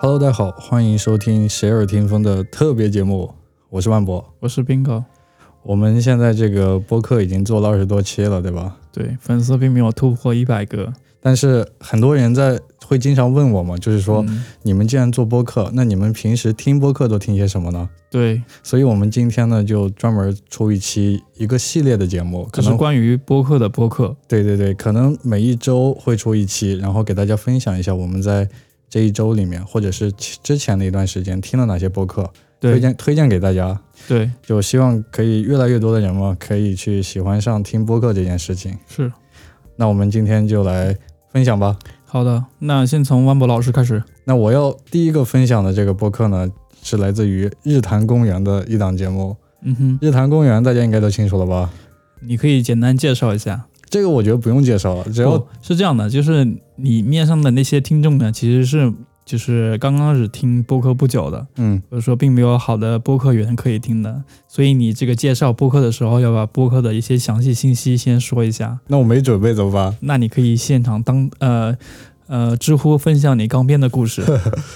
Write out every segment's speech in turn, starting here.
Hello，大家好，欢迎收听《谁耳听风》的特别节目，我是万博。我是 Bingo。我们现在这个播客已经做了二十多期了，对吧？对，粉丝并没有突破一百个。但是很多人在会经常问我嘛，就是说、嗯你们既然做播客，那你们平时听播客都听些什么呢？对，所以我们今天呢就专门出一期一个系列的节目，可这是能关于播客的播客。对对对，可能每一周会出一期，然后给大家分享一下我们在这一周里面或者是其之前的一段时间听了哪些播客，推对荐推荐给大家。对，就希望可以越来越多的人嘛，可以去喜欢上听播客这件事情。是那我们今天就来分享吧。好的。那先从万博老师开始。那我要第一个分享的这个播客呢，是来自于日坛公园的一档节目。嗯哼，日坛公园大家应该都清楚了吧？你可以简单介绍一下。这个我觉得不用介绍了，只要、不是这样的，就是你面上的那些听众呢，其实是就是刚刚是听播客不久的，嗯，或者说并没有好的播客源可以听的，所以你这个介绍播客的时候，要把播客的一些详细信息先说一下。那我没准备怎么办？那你可以现场当呃呃知乎分享你刚编的故事。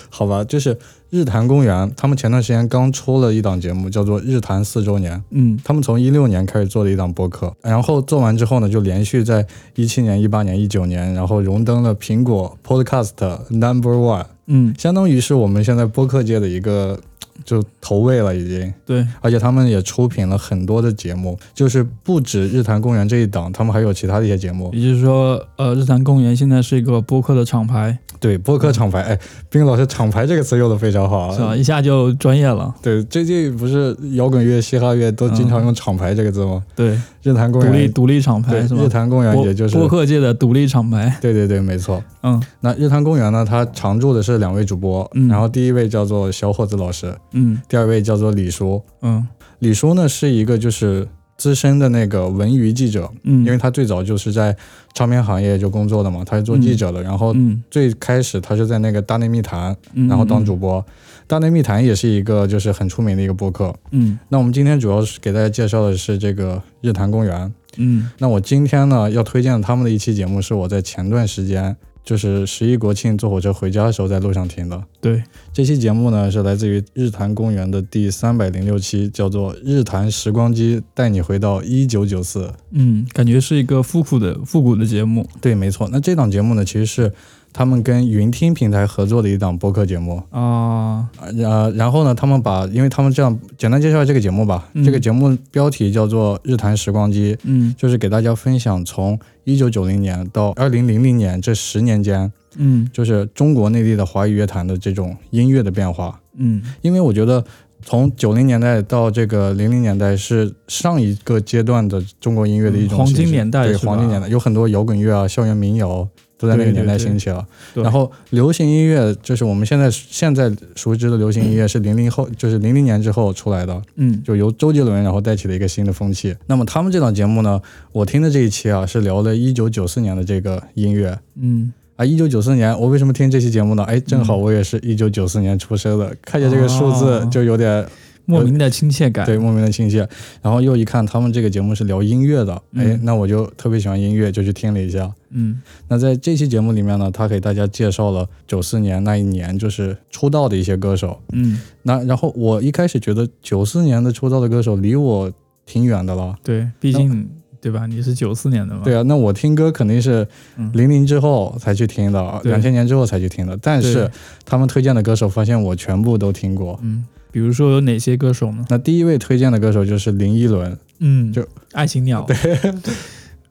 好吧，就是日坛公园，他们前段时间刚出了一档节目，叫做《日坛四周年》。嗯他们从一六年开始做的一档播客，然后做完之后呢，就连续在一七年、一八年、一九年，然后荣登了苹果 Podcast Number One，嗯，相当于是我们现在播客界的一个就头位了已经。对，而且他们也出品了很多的节目，就是不止日坛公园这一档，他们还有其他的一些节目。也就是说，呃，日坛公园现在是一个播客的厂牌，对，播客厂牌，哎，冰老师“厂牌”这个词用的非常好啊。是吧？一下就专业了。对，最近不是摇滚乐、嘻哈乐都经常用“厂牌”这个字吗？对，日坛公独立园，独立厂对，牌是吧日？坛公园播也就是播客界的独立厂牌。对对对，没错。嗯那日坛公园呢，它常驻的是两位主播，嗯然后第一位叫做小伙子老师，嗯第二位叫做李叔。嗯李叔呢是一个就是资深的那个文娱记者，嗯，因为他最早就是在唱片行业就工作的嘛，他是做记者的，然后。嗯最开始他是在那个《大内密谈》，嗯，然后当嗯主播，大内密谈》也是一个就是很出名的一个播客。嗯那我们今天主要是给大家介绍的是这个日坛公园，嗯那我今天呢要推荐他们的一期节目，是我在前段时间，就是十一国庆坐火车回家的时候在路上听的。对，这期节目呢是来自于日坛公园的第三百零六期，叫做《日坛时光机带你回到一九九四》。嗯，感觉是一个复古的复古的节目。对，没错。那这档节目呢，其实是他们跟云听平台合作的一档播客节目。啊，呃，然后呢，他们把，因为他们这样简单介绍这个节目吧。嗯这个节目标题叫做《日坛时光机》，嗯就是给大家分享从一九九零年到二零零零年这十年间，嗯就是中国内地的华语乐坛的这种音乐的变化。嗯因为我觉得从九零年代到这个零零年代是上一个阶段的中国音乐的一种嗯黄形式金年代对是吧黄金年代有很多摇滚乐啊、校园民谣都在那个对对年代对兴起了。对然后流行音乐就是我们现在现在熟知的流行音乐是零零后，就是零零年之后出来的。嗯就由周杰伦然后带起了一个新的风气。那么他们这档节目呢，我听的这一期啊是聊了1994年的这个音乐嗯，啊。1994年我为什么听这期节目呢？哎，正好我也是一九九四年出生的，看见这个数字哦就有点、莫名的亲切感。对莫名的亲切。然后又一看他们这个节目是聊音乐的，哎，嗯那我就特别喜欢音乐，就去听了一下。嗯那在这期节目里面呢，他给大家介绍了九四年那一年就是出道的一些歌手。嗯，那然后我一开始觉得九四年的出道的歌手离我挺远的了。对，毕竟对吧？你是九四年的嘛。对啊，那我听歌肯定是嗯零零之后才去听的，啊对两千年之后才去听的。但是对他们推荐的歌手，发现我全部都听过。嗯，比如说有哪些歌手呢？那第一位推荐的歌手就是林依轮，嗯，就爱情鸟，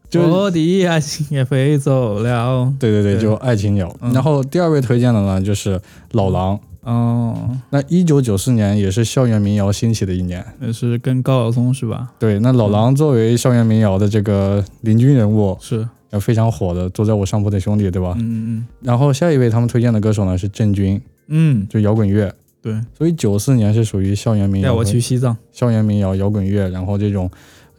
就是我的爱情也飞走了。对对对，对就爱情鸟。嗯然后第二位推荐的呢就是老狼。哦，那一九九四年也是校园民谣兴起的一年，那是跟高晓松是吧？对。那嗯老狼作为校园民谣的这个领军人物，是，呃非常火的，坐在我上铺的兄弟，对吧？嗯嗯然后下一位他们推荐的歌手呢是郑钧，嗯，就摇滚乐。对，所以九四年是属于校园民带谣我和去西藏。校园民谣、摇滚乐，然后这种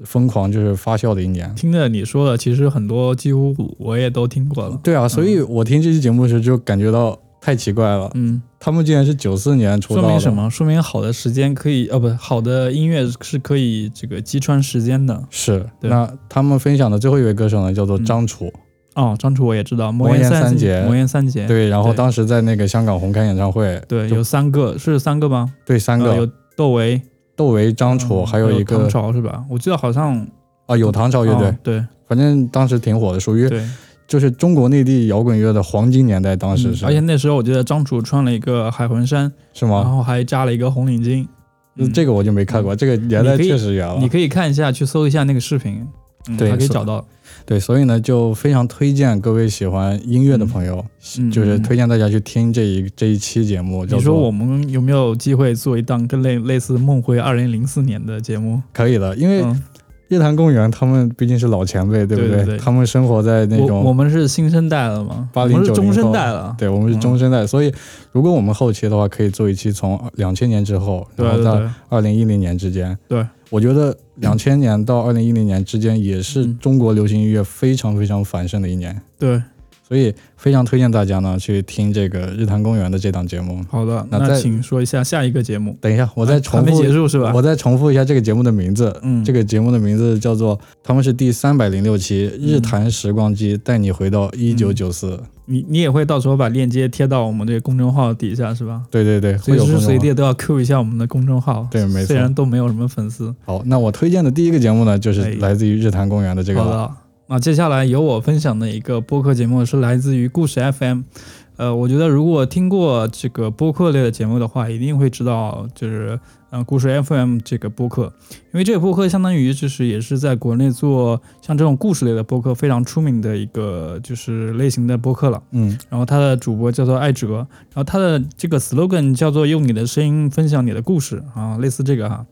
疯狂就是发酵的一年。听着你说的，其实很多几乎我也都听过了。对啊，所以我听这期节目时就感觉到太奇怪了，嗯，他们竟然是九四年出说道的，明什？么？说明好的时间可以，呃，不，好的音乐是可以这个击穿时间的。是，对嗯那他们分享的最后一位歌手呢，叫做张楚。哦，张楚我也知道，魔魔岩岩三杰魔岩三杰，对，然后对当时在那个香港红磡演唱会，对，就有三个是三个吗？对三呃有个，窦唯，窦唯、啊张楚，嗯还有一唐个朝是吧？我记得好像啊，有唐朝乐队哦，对反正当时挺火的，属于对，就是中国内地摇滚乐的黄金年代，当时嗯哦是，而且那时候我记得张楚穿了一个海魂衫，是然吗？后还扎了一个红领巾。嗯这个我就没看过，这个年代你可以确实远你了。可以看一下，去搜一下那个视频，嗯、对还可以是的找到。对，所以呢，就非常推荐各位喜欢音乐的朋友，嗯就是推荐大家去听这一这一期节目。叫你说做我们有没有机会做一档跟类类似《梦回二零零四年》的节目？可以的，因为嗯，夜坛公园他们毕竟是老前辈，对不对对对他们生活在那我我种，们是新生代了吗？ 80我们是中90生后代了。对我们是嗯中生代，所以如果我们后期的话，可以做一期从两千年之后，对然后对到对，二零一零年之间，对，我觉得两千年到二零一零年之间也是嗯中国流行音乐非常非常繁盛的一年，对，所以非常推荐大家呢去听这个日坛公园的这档节目。好的，那那再请说一下下一个节目。等一下，我再重还没复，结束是吧我？再重复一下这个节目的名字。嗯这个节目的名字叫做他们是第三百零六期《日坛时光机》，嗯带你回到一九九四。你你也会到时候把链接贴到我们这个公众号底下是吧？对对对，随会有啊时公众随号地都要 Q 一下我们的公众号，对没错虽然都没有什么粉丝。好，那我推荐的第一个节目呢，就是哎来自于日坛公园的这个好了。的，那接下来由我分享的一个播客节目是来自于故事 FM。呃，我觉得如果听过这个播客类的节目的话，一定会知道，就是呃，故事 FM 这个播客，因为这个播客相当于就是也是在国内做像这种故事类的播客非常出名的一个就是类型的播客了。嗯，然后他的主播叫做艾哲，然后他的这个 slogan 叫做“用你的声音分享你的故事”啊，类似这个哈。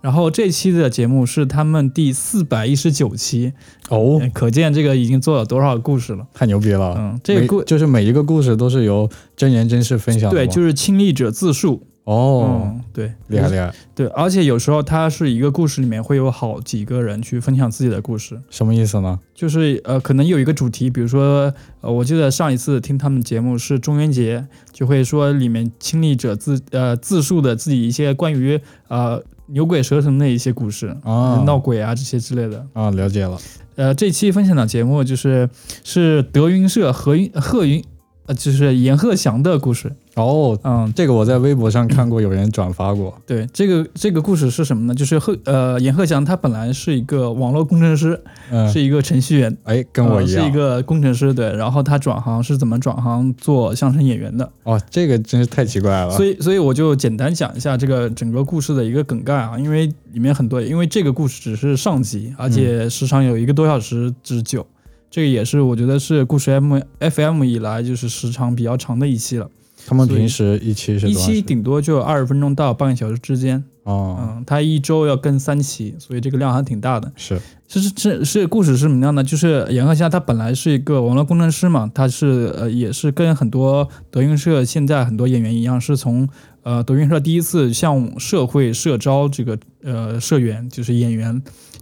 然后这期的节目是他们第四百一十九期，哎哦，啊可见这个已经做了多少故事了。太牛逼了！嗯，这个每故就是每一个故事都是由真人真事分享的吗。对就是亲历者自述。哦，嗯，对，厉害厉害，对，而且有时候它是一个故事里面会有好几个人去分享自己的故事。什么意思呢？就是呃，可能有一个主题，比如说，呃，我记得上一次听他们节目是中元节，就会说里面亲历者自呃自述的自己一些关于呃牛鬼蛇神的一些故事，啊，闹鬼啊这些之类的。啊，了解了，呃，这期分享的节目就是是德云社何云贺云，呃，就是阎鹤祥的故事。哦。嗯，这个我在微博上看过，有人转发过。对，这个这个故事是什么呢？就是贺呃阎鹤祥他本来是一个网络工程师，嗯，是一个程序员，哎，跟我呃一样。是一个工程师，对。然后他转行是怎么转行做相声演员的？哦，这个真是太奇怪了。所以，以，所以我就简单讲一下这个整个故事的一个梗概啊，因为里面很多，因为这个故事只是上集，嗯而且时长有一个多小时之久，这个也是我觉得是故事 M FM 以来就是时长比较长的一期了，他们所以平时一期是一多少期时顶多就二十分钟到半个小时之间，哦，嗯，它一周要更三期，所以这个量还挺大的。是是是是是，故事是什么样呢？就是严鹤霞他本来是一个网络工程师嘛，他是呃也是跟很多德云社现在很多演员一样，是从呃德云社第一次向社会社招这个呃社员，就是演员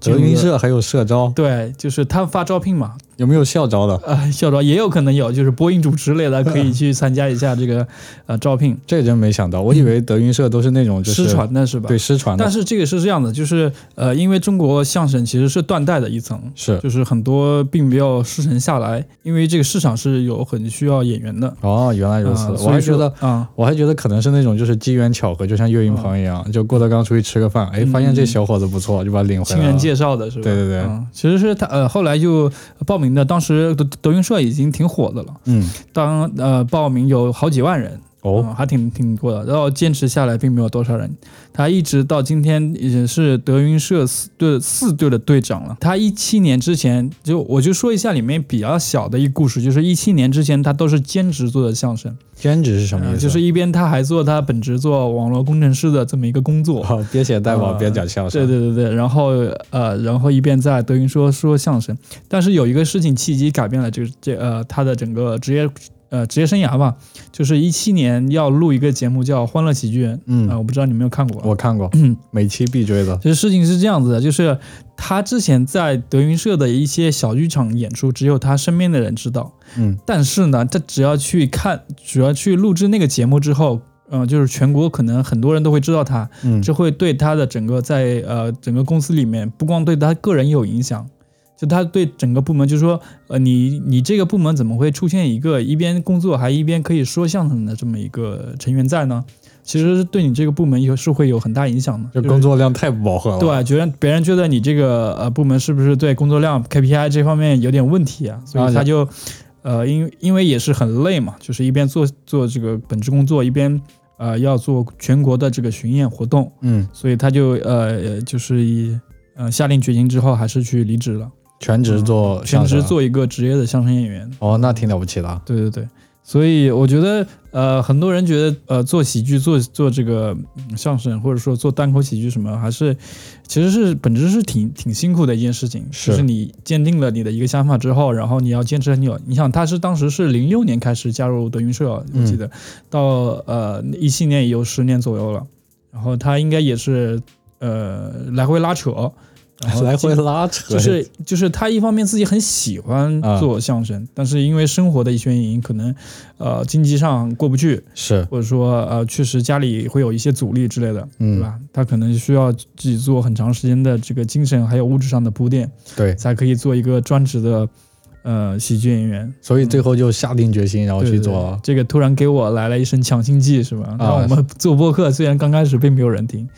进德入云了。社还有社招，对，就是他发招聘嘛，有没有校招的？呃，校招也有可能有，就是播音主持类的可 以去参加一下这个呃招聘，这真没想到，我以为德云社都是那种就是嗯失传的是吧？对，失传的但，是这个是这样的，就是呃，因为中国相声其实是断代的一层，是就是很多并没有师承下来，因为这个市场是有很需要演员的。哦，原来如此，啊我还觉得。啊，我还觉得可能是那种就是机缘巧合，就像岳云鹏一样，就郭德纲出去吃个饭，哎，嗯发现这小伙子不错，就把他领回亲来人了。介绍的是吧？对对对嗯，其实是他呃后来就报名的，当时德德云社已经挺火的了，嗯，当呃报名有好几万人，哦，嗯还挺挺多的。然后坚持下来并没有多少人，他一直到今天也是德云社四队四队的队长了。他一七年之前就我就说一下里面比较小的一个故事，就是一七年之前他都是兼职做的相声，兼职是什么意呃思？就是一边他还做他本职做网络工程师的这么一个工作。哦，别写代码，呃别讲相对声。对对对，然后呃，然后一边在德云说说相声，但是有一个事情契机改变了这个这呃他的整个职业呃职业生涯吧，就是一七年要录一个节目叫《欢乐喜剧人》啊、嗯，我不知道你有没有看过啊。我看过，每期必追的。其实事情是这样子的，就是他之前在德云社的一些小剧场演出，只有他身边的人知道。嗯，但是呢，他只要去看，只要去录制那个节目之后，嗯、就是全国可能很多人都会知道他，嗯，这会对他的整个在呃整个公司里面，不光对他个人有影响，就他对整个部门就说，呃，你你这个部门怎么会出现一个一边工作还一边可以说相声的这么一个成员在呢？其实是对你这个部门有是会有很大影响的。这就是工作量太不饱和了。对，啊觉得别人觉得你这个呃部门是不是对工作量 KPI 这方面有点问题啊？所啊以他是就，呃，因因为也是很累嘛，就是一边做做这个本职工作，一边呃要做全国的这个巡演活动，嗯，所以他就呃就是以呃下定决心之后还是去离职了，全职做嗯啊全相声，职做一个职业的相声演员。哦，那挺了不起 的。对对对，所以我觉得，呃，很多人觉得，呃，做喜剧、做做这个嗯相声，或者说做单口喜剧什么，还是其实是本质是挺挺辛苦的一件事情。是就是你坚定了你的一个想法之后，然后你要坚持很久。你想，他是当时是零六年开始加入德云社，嗯我记得、到呃一七年也有十年左右了。然后他应该也是呃来回拉扯，然后 来回拉扯，就是就是他一方面自己很喜欢啊做相声，但是因为生活的一些原因，可能呃经济上过不去，是，或者说呃确实家里会有一些阻力之类的，对嗯，吧？他可能需要自己做很长时间的这个精神还有物质上的铺垫，对，才可以做一个专职的呃喜剧演员。所以最后就下定决心，然后对哦去嗯对做啊对。这个突然给我来了一身强心剂，是吧？让我是们做播客，虽然刚开始并没有人听，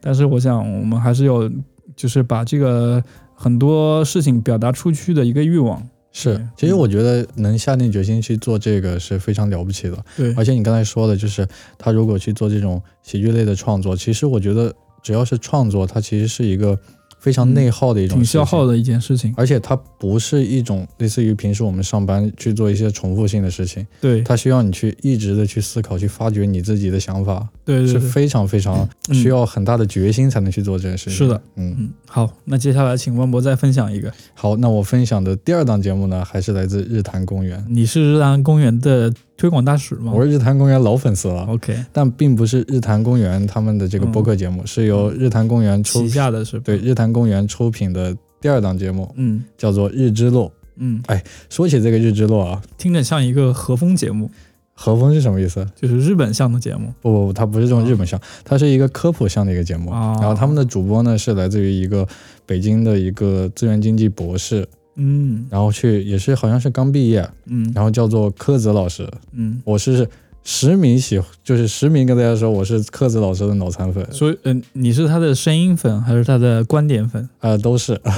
但是我想我们还是有，就是把这个很多事情表达出去的一个欲望。是对，其实我觉得能下定决心去做这个是非常了不起的。对而且你刚才说的，就是他如果去做这种喜剧类的创作，其实我觉得只要是创作，它其实是一个非常嗯内耗的一种挺事情，消耗的一件事情。而且它不是一种类似于平时我们上班去做一些重复性的事情，对它需要你去一直的去思考，去发掘你自己的想法，对对是对，非常非常嗯需要很大的决心才能去做这件事情。是的，嗯，嗯，好，那接下来请万博再分享一个。好，那我分享的第二档节目呢，还是来自日坛公园。你是日坛公园的推广大使吗？我是日坛公园老粉丝了， OK，但并不是日坛公园他们的这个播客节目，嗯是由日坛公园出旗下的是吧对，日坛公园出品的第二档节目，嗯叫做《日之落》。嗯，说起这个《日之落》啊，听着像一个和风节目，和风是什么意思？就是日本向的节目。不不不，它不是这种日本向，它是一个科普向的一个节目。哦然后他们的主播呢是来自于一个北京的一个资源经济博士，嗯然后去也是好像是刚毕业，嗯然后叫做柯子老师。嗯。我是实名喜，就是实名跟大家说我是柯子老师的脑残粉，所以，嗯、你是他的声音粉还是他的观点 粉？呃，都是。哦、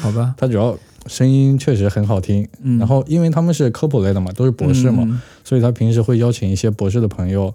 好吧，它主要声音确实很好听。嗯， 然后因为他们是科普类的嘛，都是博士嘛，嗯所以他平时会邀请一些博士的朋友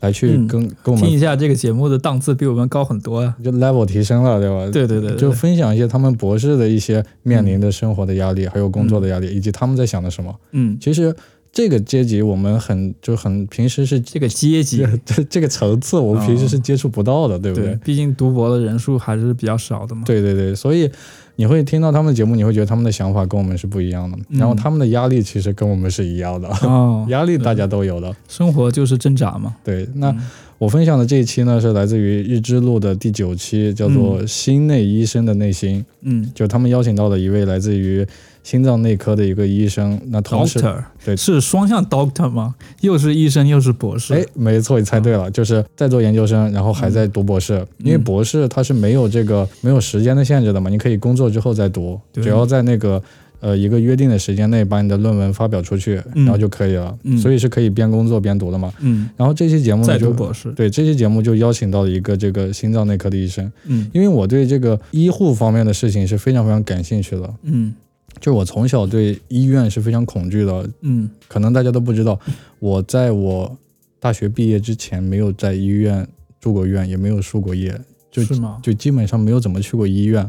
来去嗯跟、跟我听们一下这个节目的档次比我们高很多呀、啊就 level 提升了，对吧？对对对对，就对分享一些他们博士的一些面临的生活的压力，还有工作的压力，以及他们在想的什么。嗯，其实这个阶级我们很就很平时是这个阶级，这 这个层次，我们平时是接触不到的，对不对，毕竟读博的人数还是比较少的嘛。，对对对，所以你会听到他们的节目，你会觉得他们的想法跟我们是不一样的，然后嗯他们的压力其实跟我们是一样的，哦，压力大家都有的。生活就是挣扎嘛。对，那嗯我分享的这一期呢，是来自于日之路的第九期，叫做《心内医生的内心》，嗯就他们邀请到了一位来自于心脏内科的一个医生，那同时， ，Doctor，对是双向 Doctor 吗？又是医生又是嗯博士。哎，没错，你猜对了，就是在做研究生，然后还在读博士，嗯因为博士它是没有这个没有时间的限制的嘛，你可以工作之后再读，对只要在那个。呃，一个约定的时间内把你的论文发表出去，嗯然后就可以了。嗯所以是可以边工作边读的嘛。嗯，然后这期节目呢，在就读博士。对这期节目就邀请到了一个这个心脏内科的医生，嗯因为我对这个医护方面的事情是非常非常感兴趣的，嗯就是我从小对医院是非常恐惧的，嗯可能大家都不知道，我在我大学毕业之前没有在医院住过院，也没有输过液，就是吗？就基本上没有怎么去过医院，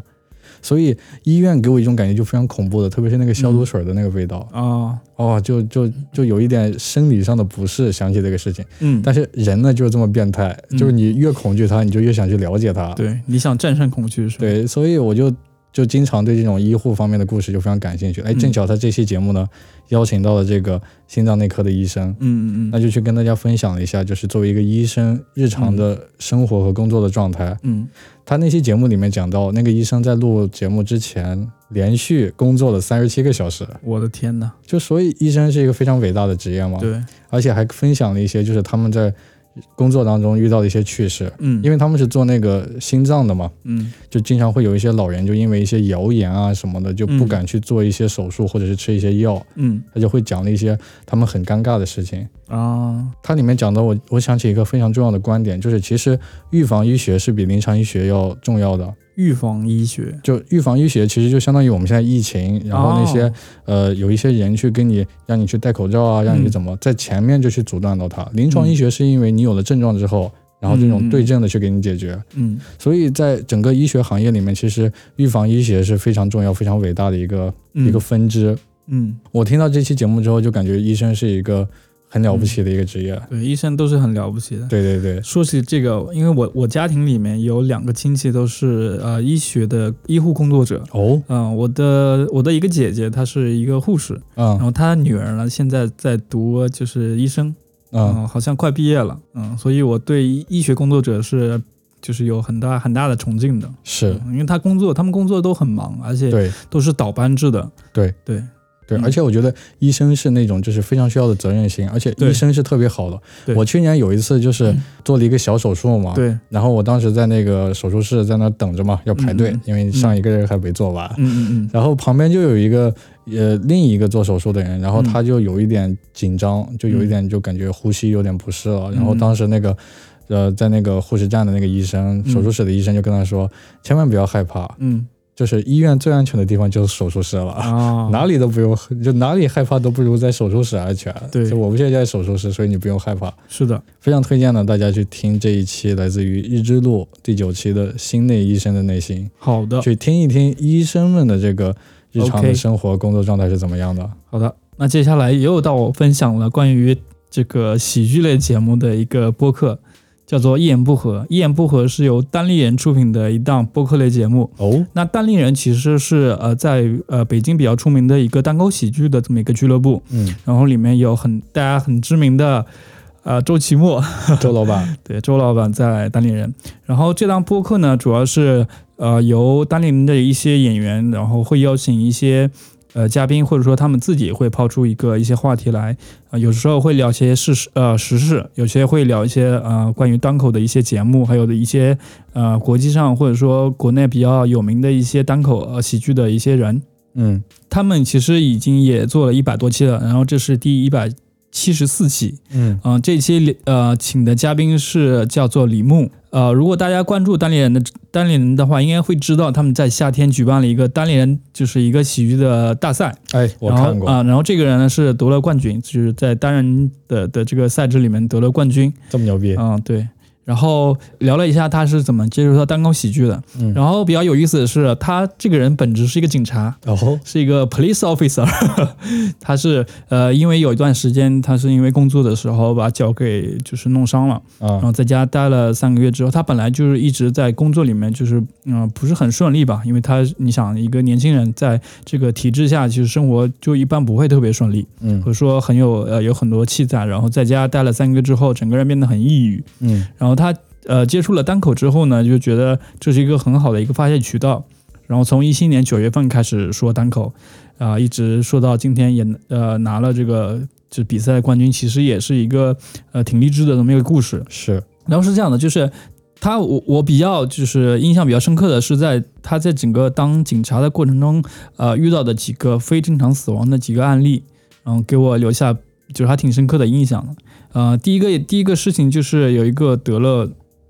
所以医院给我一种感觉就非常恐怖的，特别是那个消毒水的那个味道，哦，哦，就就就有一点生理上的不适。想起这个事情，嗯，但是人呢就是这么变态，嗯就是你越恐惧它，你就越想去了解它。对，你想战胜恐惧是吧？，对，所以我就就经常对这种医护方面的故事就非常感兴趣。哎，嗯正巧他这期节目呢，邀请到了这个心脏内科的医生，嗯嗯那嗯就去跟大家分享了一下，就是作为一个医生日常的生活和工作的状态。嗯。他那期节目里面讲到，那个医生在录节目之前连续工作了三十七个小时，我的天呐，就所以医生是一个非常伟大的职业嘛。对，而且还分享了一些就是他们在工作当中遇到的一些趣事。嗯，因为为他们是做那个心脏的嘛，嗯就经常会有一些老人就因为一些谣言啊什么的，就不嗯敢去做一些手术或者是吃一些药，嗯他就会讲了一些他们很尴尬的事情。啊，它里面讲的我，我想起一个非常重要的观点，就是其实预防医学是比临床医学要重要的。预防医学，就预防医学其实就相当于我们现在疫情，然后那些、哦呃有一些人去跟你让你去戴口罩啊，让你去嗯怎么、在前面就去阻断到它。临床嗯医学是因为你有了症状之后，然后这种对症的去给你解决。嗯所以在整个医学行业里面，其实预防医学是非常重要、非常伟大的一个、嗯一个分支。嗯，我听到这期节目之后，就感觉医生是一个很了不起的一个职业。对，医生都是很了不起的。对对对，说起这个，因为我我家庭里面有两个亲戚都是呃医学的医护工作者，哦，嗯、我的我的一个姐姐她是一个护士，然嗯后她女儿呢现在在读就是医生，嗯嗯，好像快毕业了，嗯，所以我对医医学工作者是就是有很大很大的崇敬的，是，嗯因为他工作，他们工作都很忙，而且对都是倒班制的，对对对，嗯而且我觉得医生是那种就是非常需要的责任心，而且对医生是特别好的。对嗯我去年有一次就是做了一个小手术嘛，对，然后我当时在那个手术室在那等着嘛，要排队，嗯嗯因为上一个人还没做完。嗯 嗯嗯然后旁边就有一个呃另一个做手术的人，嗯然后他就有一点紧张，就有一点就感觉呼吸有点不适了。然后当时那个呃在那个护士站的那个医生，嗯手术室的医生就跟他说，千万不要害怕，嗯就是医院最安全的地方就是手术室了。啊，哪里都不用，就哪里害怕都不如在手术室安全。对就我们现在在手术室，所以你不用害怕。是的，非常推荐呢，大家去听这一期来自于日之路第九期的心内医生的内心。好的去听一听医生们的这个日常的哦 OK 生活、工作状态是怎么样的。好的，那接下来又到我分享了关于这个喜剧类节目的一个播客，叫做《一言不合》，《一言不合》是由单立人出品的一档播客类节目，哦，那单立人其实是呃在呃北京比较出名的一个单口喜剧的这么一个俱乐部， 嗯，然后里面有很大家很知名的呃周奇墨，周老板，对周老板在单立人，然后这档播客呢主要是呃由单立人的一些演员，然后会邀请一些。呃，嘉宾或者说他们自己会抛出一个一些话题来，啊、有时候会聊些事实呃时事，有些会聊一些呃关于单口的一些节目，还有的一些呃国际上或者说国内比较有名的一些单口呃喜剧的一些人，嗯，他们其实已经也做了一百多期了，然后这是第一百七十四期，嗯，嗯、这期里呃请的嘉宾是叫做李牧。呃，如果大家关注单立人的单立人的话，应该会知道他们在夏天举办了一个单立人，就是一个喜剧的大赛。哎，我然后看过，啊、然后这个人呢是得了冠军，就是在单人的的这个赛制里面得了冠军。这么牛逼，嗯，对。然后聊了一下他是怎么接触到单口喜剧的。嗯然后比较有意思的是，他这个人本质是一个警察，哦，是一个 police officer 。他是呃，因为有一段时间，他是因为工作的时候把脚给就是弄伤了，然啊，后在家待了三个月之后，他本来就是一直在工作里面就是嗯、呃不是很顺利吧，因为他你想一个年轻人在这个体制下，其实生活就一般不会特别顺利，嗯或者说很有呃有很多气在，然后在家待了三个月之后，整个人变得很抑郁。嗯然后他呃接触了单口之后呢，就觉得这是一个很好的一个发泄渠道。然后从一七年九月份开始说单口，啊、一直说到今天也呃拿了这个就比赛冠军，其实也是一个呃挺励志的这么一个故事。是，然后是这样的，就是他我我比较就是印象比较深刻的是在他在整个当警察的过程中，呃遇到的几个非正常死亡的几个案例，然后给我留下就是还挺深刻的印象的。呃，第一个第一个事情就是有一个得了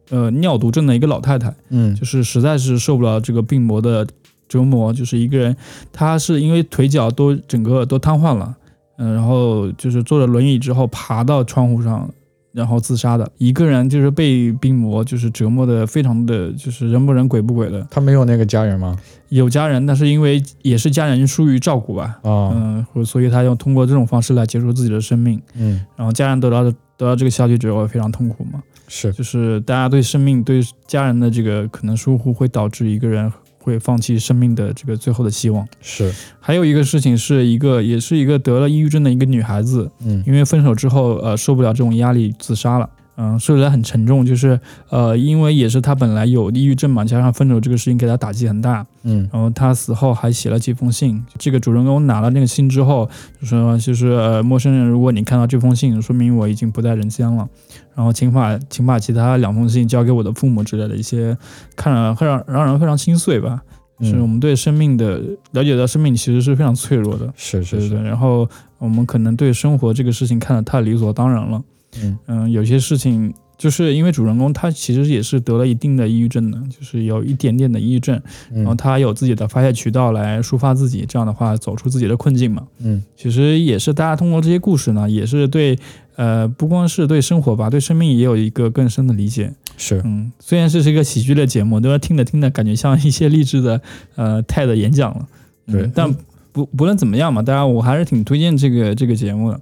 呃尿毒症的一个老太太，嗯就是实在是受不了这个病魔的折磨，就是一个人，她是因为腿脚都整个都瘫痪了，嗯，然后就是坐着轮椅之后爬到窗户上，然后自杀的，一个人就是被病魔就是折磨的非常的就是人不人鬼不鬼的，他没有那个家人吗？有家人，但是因为也是家人疏于照顾吧，啊，嗯，或所以他要通过这种方式来结束自己的生命，嗯，然后家人得到得到这个消息之后非常痛苦嘛。是，就是大家对生命、对家人的这个可能疏忽，会导致一个人会放弃生命的这个最后的希望。是，还有一个事情是一个，也是一个得了抑郁症的一个女孩子，嗯因为分手之后，呃，受不了这种压力自杀了。嗯，说起来很沉重，就是呃，因为也是他本来有抑郁症嘛，加上分手这个事情给他打击很大，嗯然后他死后还写了几封信。这个主人公拿了那个信之后，就说就是呃，陌生人，如果你看到这封信，说明我已经不在人间了。然后请把请把其他两封信交给我的父母之类的一些，看了会让让人非常心碎吧。嗯是我们对生命的了解到，生命其实是非常脆弱的。是对是对是，对，然后我们可能对生活这个事情看得太理所当然了。嗯嗯，有些事情就是因为主人公他其实也是得了一定的抑郁症的，就是有一点点的抑郁症，然后嗯他有自己的发泄渠道来抒发自己，这样的话走出自己的困境嘛。嗯其实也是大家通过这些故事呢，也是对呃不光是对生活吧，对生命也有一个更深的理解。是嗯，虽然是是一个喜剧类节目，但是听着听着感觉像一些励志的呃泰的演讲了。嗯对但不不论怎么样嘛，当然我还是挺推荐这个这个节目的。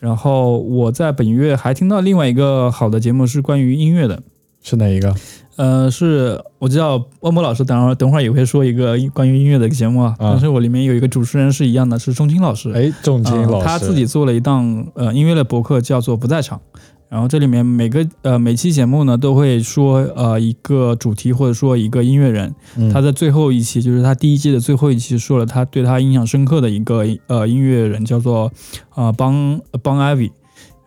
然后我在本月还听到另外一个好的节目是关于音乐的，是哪一个？呃，是我知道万波老师等会儿等会儿也会说一个关于音乐的节目啊，啊但是我里面有一个主持人是一样的，是钟青老师。哎，仲金嗯老师，他自己做了一档呃音乐类博客，叫做《不在场》。然后这里面每个呃每期节目呢都会说呃一个主题或者说一个音乐人，嗯他在最后一期就是他第一季的最后一期说了他对他印象深刻的一个呃音乐人叫做呃邦邦艾维，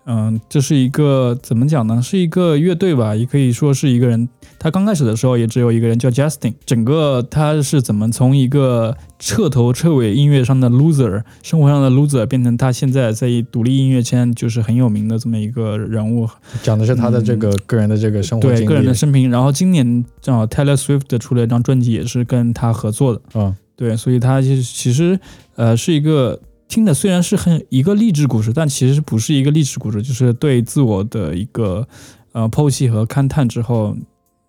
嗯，这是一个怎么讲呢？是一个乐队吧，也可以说是一个人。他刚开始的时候也只有一个人叫 Justin，整个他是怎么从一个彻头彻尾音乐上的 loser，生活上的 loser，变成他现在在独立音乐圈就是很有名的这么一个人物，讲的是他的这个个人的这个生活嗯对经历，个人的生平。然后今年正好 Taylor Swift 出了一张专辑，也是跟他合作的。嗯对，所以它其实其实呃是一个听的虽然是很一个励志故事，但其实不是一个励志故事，就是对自我的一个呃剖析和勘探之后，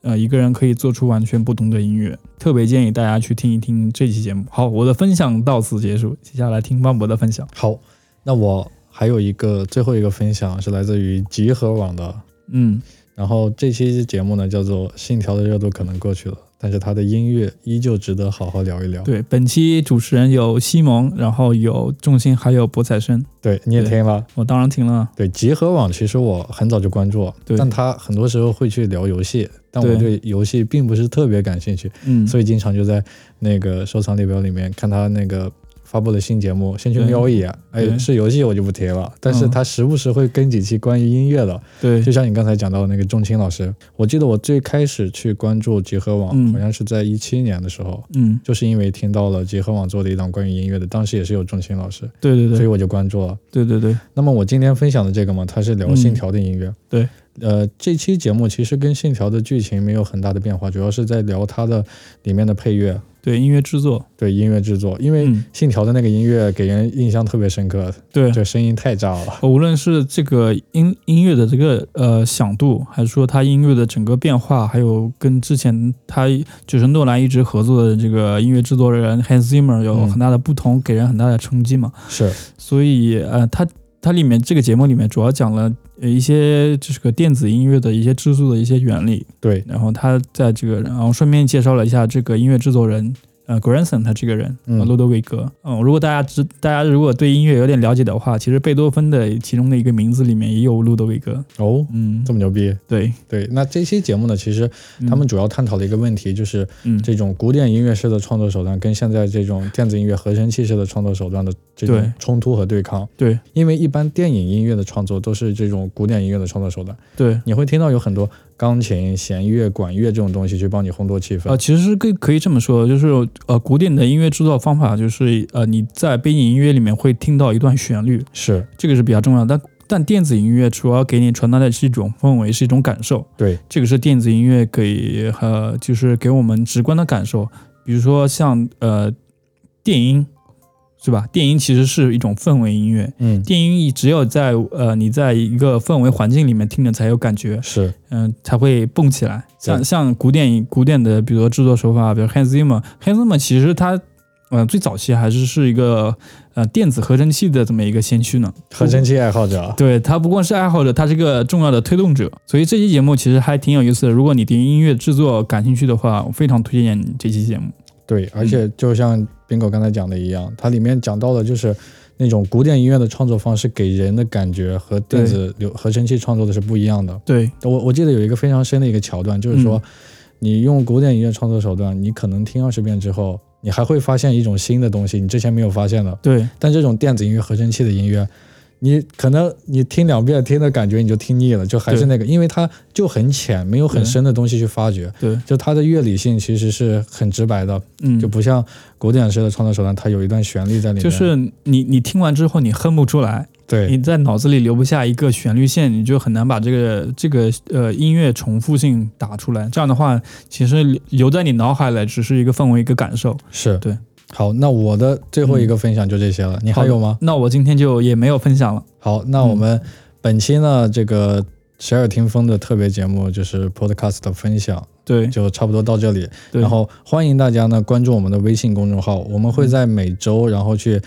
呃一个人可以做出完全不同的音乐。特别建议大家去听一听这期节目。好，我的分享到此结束，接下来听万博的分享。好，那我还有一个最后一个分享是来自于集合网的，嗯，然后这期节目呢叫做《信条的热度可能过去了》，但是它的音乐依旧值得好好聊一聊。对，本期主持人有西蒙，然后有重心，还有博彩生。对，你也对听了。我当然听了，啊对集合网，其实我很早就关注，对但他很多时候会去聊游戏，但我对对游戏并不是特别感兴趣，嗯，所以以经常就在那个收藏列表里面看他那个发布的新节目，先去对瞄一眼。哎，对是游戏我就不提了，但是嗯他时不时会跟几期关于音乐的，对就，像你刚才讲到的那个仲青老师，我记得我最开始去关注集合网，嗯好像是在一七年的时候。嗯，就是因为听到了集合网做的一档关于音乐的，当时也是有仲青老师，对对所以对，我就关注了。对对对，那么我今天分享的这个嘛，它是聊嗯信条的音乐。对，呃，这期节目其实跟信条的剧情没有很大的变化，主要是在聊它的里面的配乐，对音乐制作，对音乐制作，因为嗯，信条的那个音乐给人印象特别深刻，对，这声音太炸了。呃无论是这个音音乐的这个呃响度，还是说它音乐的整个变化，还有跟之前他就是诺兰一直合作的这个音乐制作人 Hans Zimmer 有嗯很大的不同，给人很大的冲击嘛。是，所以呃，它它里面这个节目里面主要讲了呃一些这个电子音乐的一些制作的一些原理，对，然后他在这个，然后顺便介绍了一下这个音乐制作人。呃，Granson 他这个人，嗯呃，罗德维格，嗯，如果大家知，大家如果对音乐有点了解的话，其实贝多芬的其中的一个名字里面也有路德维格，哦，嗯这，么牛逼。对，对，那这期节目呢，其实嗯他们，主要探讨的一个问题就是嗯，这种古典音乐式的创作手段跟现在这种电子音乐合成器式的创作手段的这种对冲突和对抗。对因为一般电影音乐的创作都是这种古典音乐的创作手段，对，你会听到有很多钢琴、弦乐、管乐这种东西去帮你烘托气氛。呃，其实是可以可以这么说，就是呃，古典的音乐制作方法就是呃，你在背景音乐里面会听到一段旋律，是这个是比较重要的，但但电子音乐主要给你传达的是一种氛围，是一种感受，对，这个是电子音乐给呃，就是给我们直观的感受。比如说像呃电音，是吧？电音其实是一种氛围音乐，嗯，电音只有在呃你在一个氛围环境里面听着才有感觉，是嗯、才会蹦起来。像对像古典古典的，比如说制作手法，比如 Hans Zimmer，Hans Zimmer 其实他呃最早期还是是一个呃电子合成器的这么一个先驱呢。合成器爱好者。对他不光是爱好者，他是个重要的推动者。所以这期节目其实还挺有意思的。如果你对音乐制作感兴趣的话，我非常推荐你这期节目。对，而且就像 Bingo 刚才讲的一样，它里面讲到的就是那种古典音乐的创作方式给人的感觉和电子流合成器创作的是不一样的。对，我我记得有一个非常深的一个桥段，就是说，你用古典音乐创作手段，你可能听二十遍之后，你还会发现一种新的东西，你之前没有发现的。对，但这种电子音乐合成器的音乐，你可能你听两遍听的感觉你就听腻了，就还是那个，因为它就很浅，没有很深的东西去发掘，对，就它的乐理性其实是很直白的，嗯，就不像古典式的创作手段，它有一段旋律在里面。就是你你听完之后你哼不出来，对你在脑子里留不下一个旋律线，你就很难把这个这个呃音乐重复性打出来。这样的话，其实留留在你脑海里只是一个氛围、一个感受。是，对。嗯好，那我的最后一个分享就这些了，你还有吗？那我今天就也没有分享了。好，那嗯我们本期呢，这个洗耳听风的特别节目就是 Podcast 的分享，对，就差不多到这里。嗯对然后欢迎大家呢关注我们的微信公众号，我们嗯会在每周然后去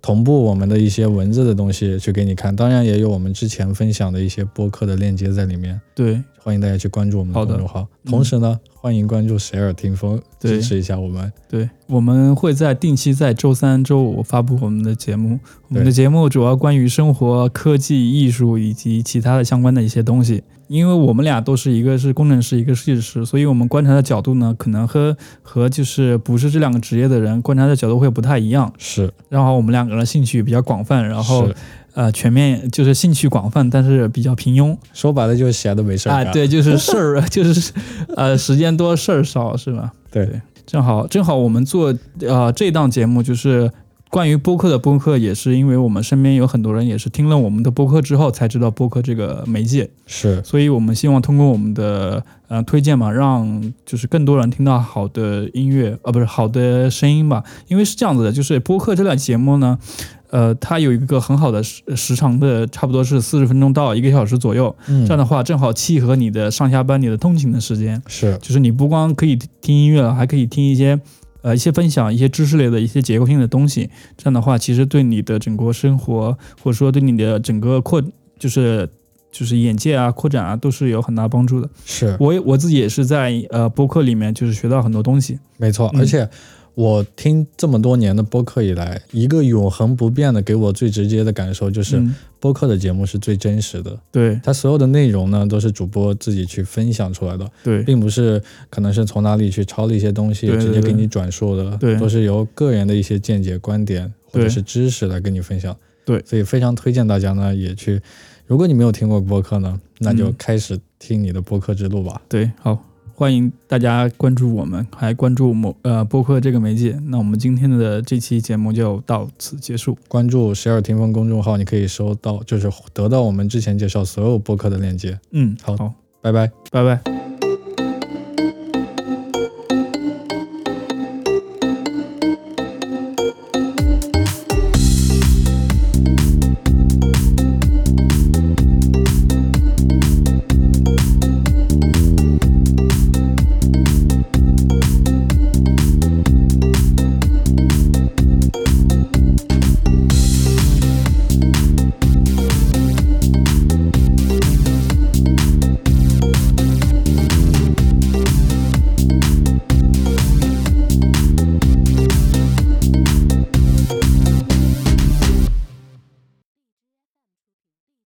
同步我们的一些文字的东西去给你看，当然也有我们之前分享的一些播客的链接在里面，对欢迎大家去关注我们的好的公众号。同时呢，欢迎关注谁耳听风，对支持一下我们。对，我们会在定期在周三、周五发布我们的节目。我对们的节目主要关于生活、科技、艺术以及其他的相关的一些东西。因为我们俩都是一个是工程师，一个是设计师，所以我们观察的角度呢，可能和和就是不是这两个职业的人观察的角度会不太一样。是，然后我们两个人兴趣比较广泛，然后是呃全面就是兴趣广泛，但是比较平庸说白了就是闲的没事儿啊。干。对，就是事儿 就是呃时间多事儿少是吧？对正好正好我们做呃这档节目就是。呃关于播客的播客，也是因为我们身边有很多人也是听了我们的播客之后才知道播客这个媒介，是所以我们希望通过我们的呃推荐嘛，让就是更多人听到好的音乐，呃，不是好的声音吧。因为是这样子的，就是播客这档节目呢，呃，它有一个很好的时时长的，差不多是四十分钟到一个小时左右。嗯这样的话，正好契合你的上下班、你的通勤的时间。是就是你不光可以听音乐了，还可以听一些呃一些分享、一些知识类的一些结构性的东西。这样的话，其实对你的整个生活，或者说对你的整个扩，就是就是眼界啊、扩展啊，都是有很大帮助的。是，我也我自己也是在呃播客里面就是学到很多东西。没错，嗯而且我听这么多年的播客以来，一个永恒不变的给我最直接的感受就是，嗯播客的节目是最真实的，对它所有的内容呢都是主播自己去分享出来的，对并不是可能是从哪里去抄了一些东西对对直接给对你转述的，对都是由个人的一些见解、观点或者对是知识来跟你分享。对所以非常推荐大家呢也去，如果你没有听过播客呢，那就嗯开始听你的播客之路吧。对，好。欢迎大家关注我们，还关注某呃播客这个媒介。那我们今天的这期节目就到此结束。关注“十二听风”公众号，你可以收到，就是得到我们之前介绍所有播客的链接。嗯，好好，拜拜。拜拜。